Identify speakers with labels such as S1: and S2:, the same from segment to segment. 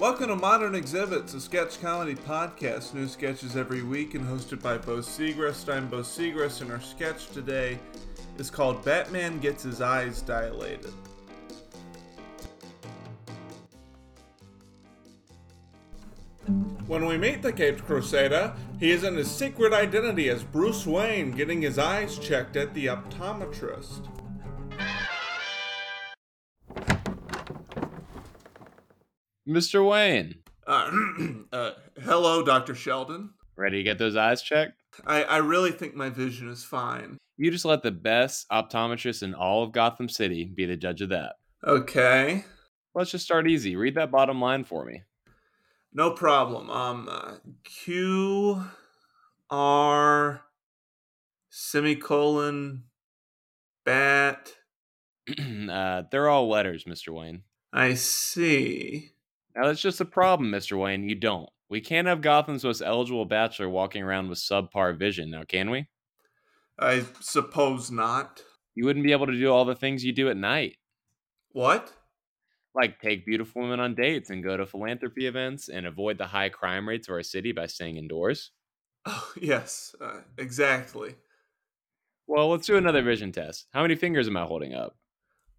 S1: Welcome to Modern Exhibits, a sketch comedy podcast. New sketches every week and hosted by Bo Segrist. I'm Bo Segrist, and our sketch today is called Batman Gets His Eyes Dilated. When we meet the Caped Crusader, he is in his secret identity as Bruce Wayne getting his eyes checked at the optometrist.
S2: Mr. Wayne,
S1: Uh, uh, hello, Dr. Sheldon.
S2: ready to get those eyes checked?
S1: I, I really think my vision is fine.
S2: You just let the best optometrist in all of Gotham City be the judge of that.
S1: Okay.
S2: Let's just start easy. Read that bottom line for me.
S1: No problem. Um, uh, Q R semicolon bat.
S2: uh, they're all letters, Mr. Wayne.
S1: I see.
S2: Now, that's just a problem, Mr. Wayne. You don't. We can't have Gotham's most eligible bachelor walking around with subpar vision, now, can we?
S1: I suppose not.
S2: You wouldn't be able to do all the things you do at night,
S1: What?
S2: like take beautiful women on dates and go to philanthropy events and avoid the high crime rates of our city by staying indoors.
S1: Oh, yes, uh, exactly.
S2: Well, let's do another vision test. How many fingers am I holding up?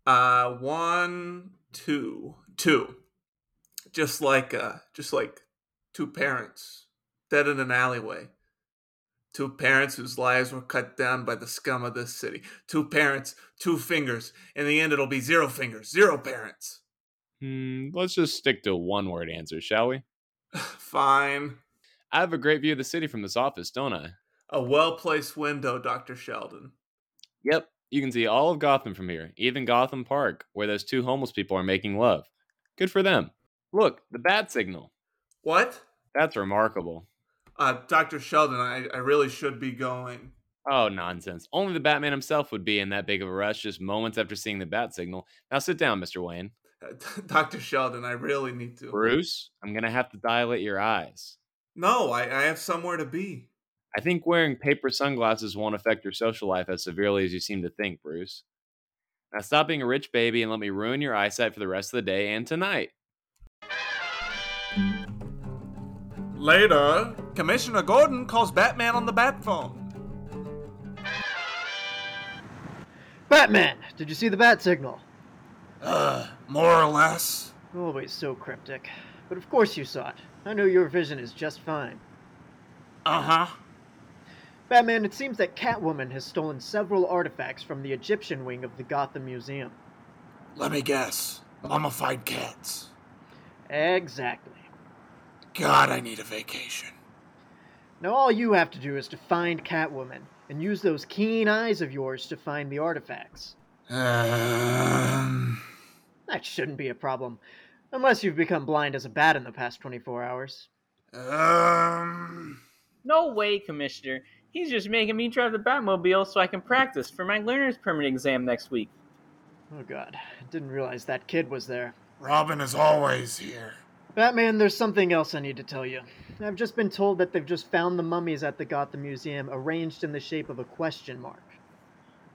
S1: Uh, one, two, two. Just like, uh, just like two parents dead in an alleyway. Two parents whose lives were cut down by the scum of this city. Two parents, two fingers. In the end, it'll be zero fingers, zero parents.
S2: Hmm, let's just stick to one word answer, shall we?
S1: Fine.
S2: I have a great view of the city from this office, don't I?
S1: A well placed window, Dr. Sheldon.
S2: Yep. You can see all of Gotham from here, even Gotham Park, where those two homeless people are making love. Good for them. Look, the bat signal.
S1: What?
S2: That's remarkable.
S1: Uh, Dr. Sheldon, I, I really should be going.
S2: Oh, nonsense. Only the Batman himself would be in that big of a rush just moments after seeing the bat signal. Now sit down, Mr. Wayne.
S1: Uh, Dr. Sheldon, I really need to.
S2: Bruce, I'm going to have to dilate your eyes.
S1: No, I, I have somewhere to be.
S2: I think wearing paper sunglasses won't affect your social life as severely as you seem to think, Bruce. Now stop being a rich baby and let me ruin your eyesight for the rest of the day and tonight.
S1: Later, Commissioner Gordon calls Batman on the bat phone.
S3: Batman, did you see the bat signal?
S1: Uh, more or less.
S3: Always so cryptic. But of course you saw it. I know your vision is just fine.
S1: Uh huh.
S3: Batman, it seems that Catwoman has stolen several artifacts from the Egyptian wing of the Gotham Museum.
S1: Let me guess. Mummified cats.
S3: Exactly.
S1: God, I need a vacation.
S3: Now all you have to do is to find Catwoman and use those keen eyes of yours to find the artifacts.
S1: Um,
S3: That shouldn't be a problem, unless you've become blind as a bat in the past 24 hours.
S1: um,
S4: No way, Commissioner. He's just making me drive the Batmobile so I can practice for my learner's permit exam next week.
S3: Oh god, I didn't realize that kid was there.
S1: Robin is always here.
S3: Batman, there's something else I need to tell you. I've just been told that they've just found the mummies at the Gotham Museum arranged in the shape of a question mark.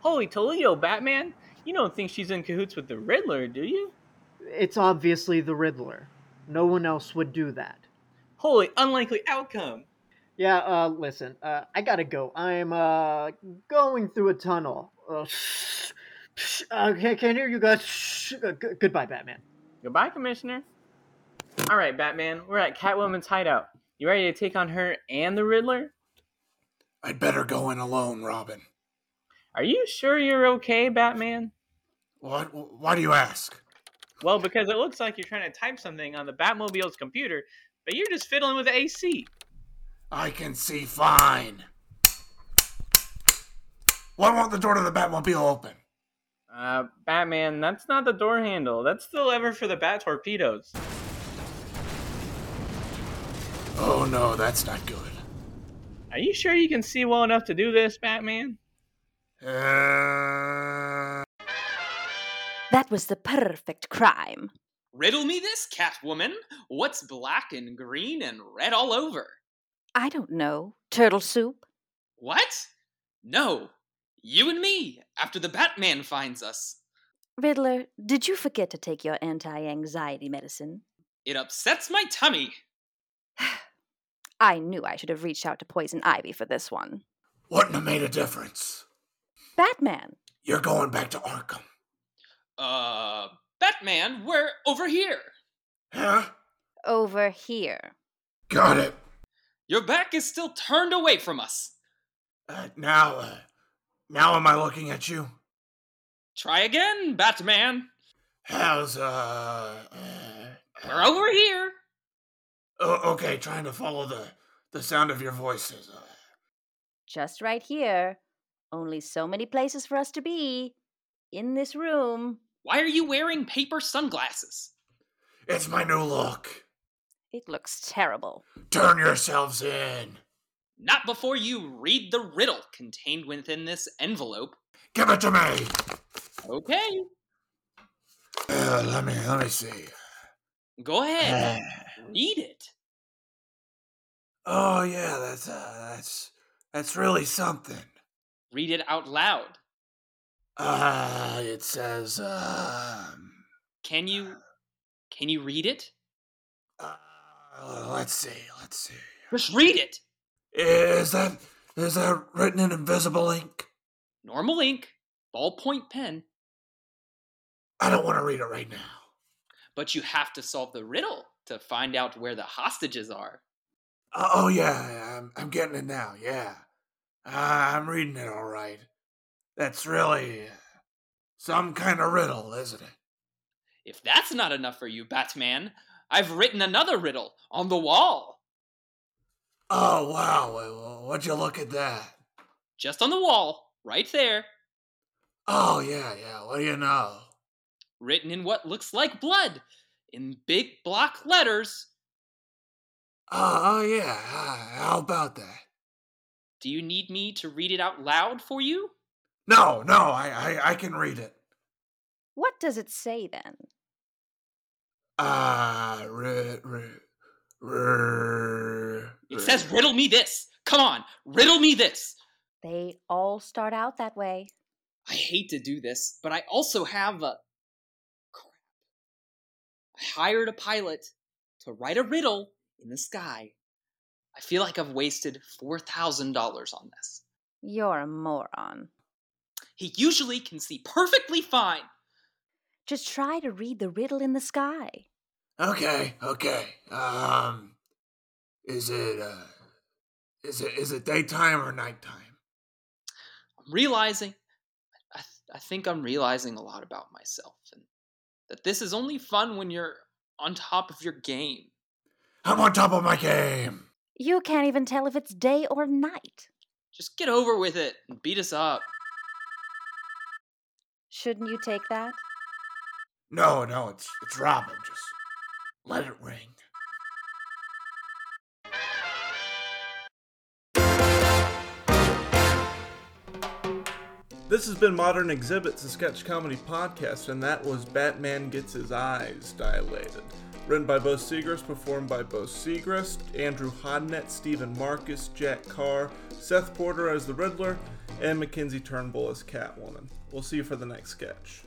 S4: Holy Toledo, Batman! You don't think she's in cahoots with the Riddler, do you?
S3: It's obviously the Riddler. No one else would do that.
S4: Holy unlikely outcome!
S3: Yeah, uh, listen, uh, I gotta go. I'm, uh, going through a tunnel. Uh, I uh, can't, can't hear you guys. Uh, g- goodbye, Batman.
S4: Goodbye, Commissioner. Alright, Batman, we're at Catwoman's hideout. You ready to take on her and the Riddler?
S1: I'd better go in alone, Robin.
S4: Are you sure you're okay, Batman?
S1: What? Why do you ask?
S4: Well, because it looks like you're trying to type something on the Batmobile's computer, but you're just fiddling with the AC.
S1: I can see fine. Why won't the door to the Batmobile open?
S4: Uh, Batman, that's not the door handle. That's the lever for the bat torpedoes.
S1: Oh no, that's not good.
S4: Are you sure you can see well enough to do this, Batman?
S1: Uh,
S5: That was the perfect crime.
S6: Riddle me this, Catwoman. What's black and green and red all over?
S5: I don't know. Turtle soup?
S6: What? No. You and me, after the Batman finds us.
S5: Riddler, did you forget to take your anti anxiety medicine?
S6: It upsets my tummy.
S5: I knew I should have reached out to Poison Ivy for this one.
S1: Wouldn't have made a difference.
S5: Batman!
S1: You're going back to Arkham.
S6: Uh, Batman, we're over here.
S1: Huh?
S5: Over here.
S1: Got it.
S6: Your back is still turned away from us.
S1: Uh, now, uh, now am I looking at you?
S6: Try again, Batman.
S1: How's, uh, uh,
S6: We're over here.
S1: o- okay, trying to follow the, the sound of your voices. Uh,
S5: Just right here. Only so many places for us to be. In this room.
S6: Why are you wearing paper sunglasses?
S1: it's my new look.
S5: It looks terrible.
S1: Turn yourselves in.
S6: Not before you read the riddle contained within this envelope.
S1: Give it to me.
S6: Okay,
S1: Uh, let me let me see.
S6: go
S1: Uh,
S6: ahead. Read it.
S1: oh yeah, that's uh, that's that's really something.
S6: Read it out loud.
S1: Uh, it says um,
S6: Can you can you read it?
S1: uh, let's see, let's see.
S6: Just read it.
S1: Is that is that written in invisible ink?
S6: Normal ink, ballpoint pen,
S1: I don't want to read it right now.
S6: but you have to solve the riddle to find out where the hostages are.
S1: Uh, oh yeah, I'm I'm getting it now. Yeah, uh, I'm reading it all right. That's really some kind of riddle, isn't it?
S6: If that's not enough for you, Batman, I've written another riddle on the wall.
S1: Oh wow, Wha- wha- would you look at that?
S6: Just on the wall, right there,
S1: Oh yeah, yeah. What do you know?
S6: written in what looks like blood, in big block letters.
S1: Oh, oh yeah. ah, How about that?
S6: Do you need me to read it out loud for you?
S1: No, no. I I, I can read it.
S5: What does it say then?
S1: Ah, uh, r- r- r-
S6: It says, riddle me this. Come on, riddle me this.
S5: They all start out that way.
S6: I hate to do this, but I also have a. Crap. I hired a pilot to write a riddle in the sky. I feel like I've wasted $4,000 on this.
S5: You're a moron.
S6: He usually can see perfectly fine.
S5: Just try to read the riddle in the sky.
S1: Okay, okay. Um, is it uh, is it is it daytime or nighttime?
S6: I'm realizing. I, th- I think I'm realizing a lot about myself and that this is only fun when you're on top of your game.
S1: I'm on top of my game.
S5: You can't even tell if it's day or night.
S6: Just get over with it and beat us up.
S5: Shouldn't you take that?
S1: No, no. It's it's Robin. Just let it ring. This has been Modern Exhibits, a sketch comedy podcast, and that was Batman Gets His Eyes Dilated. Written by Bo Segrist, performed by Bo Segrist, Andrew Hodnett, Stephen Marcus, Jack Carr, Seth Porter as the Riddler, and Mackenzie Turnbull as Catwoman. We'll see you for the next sketch.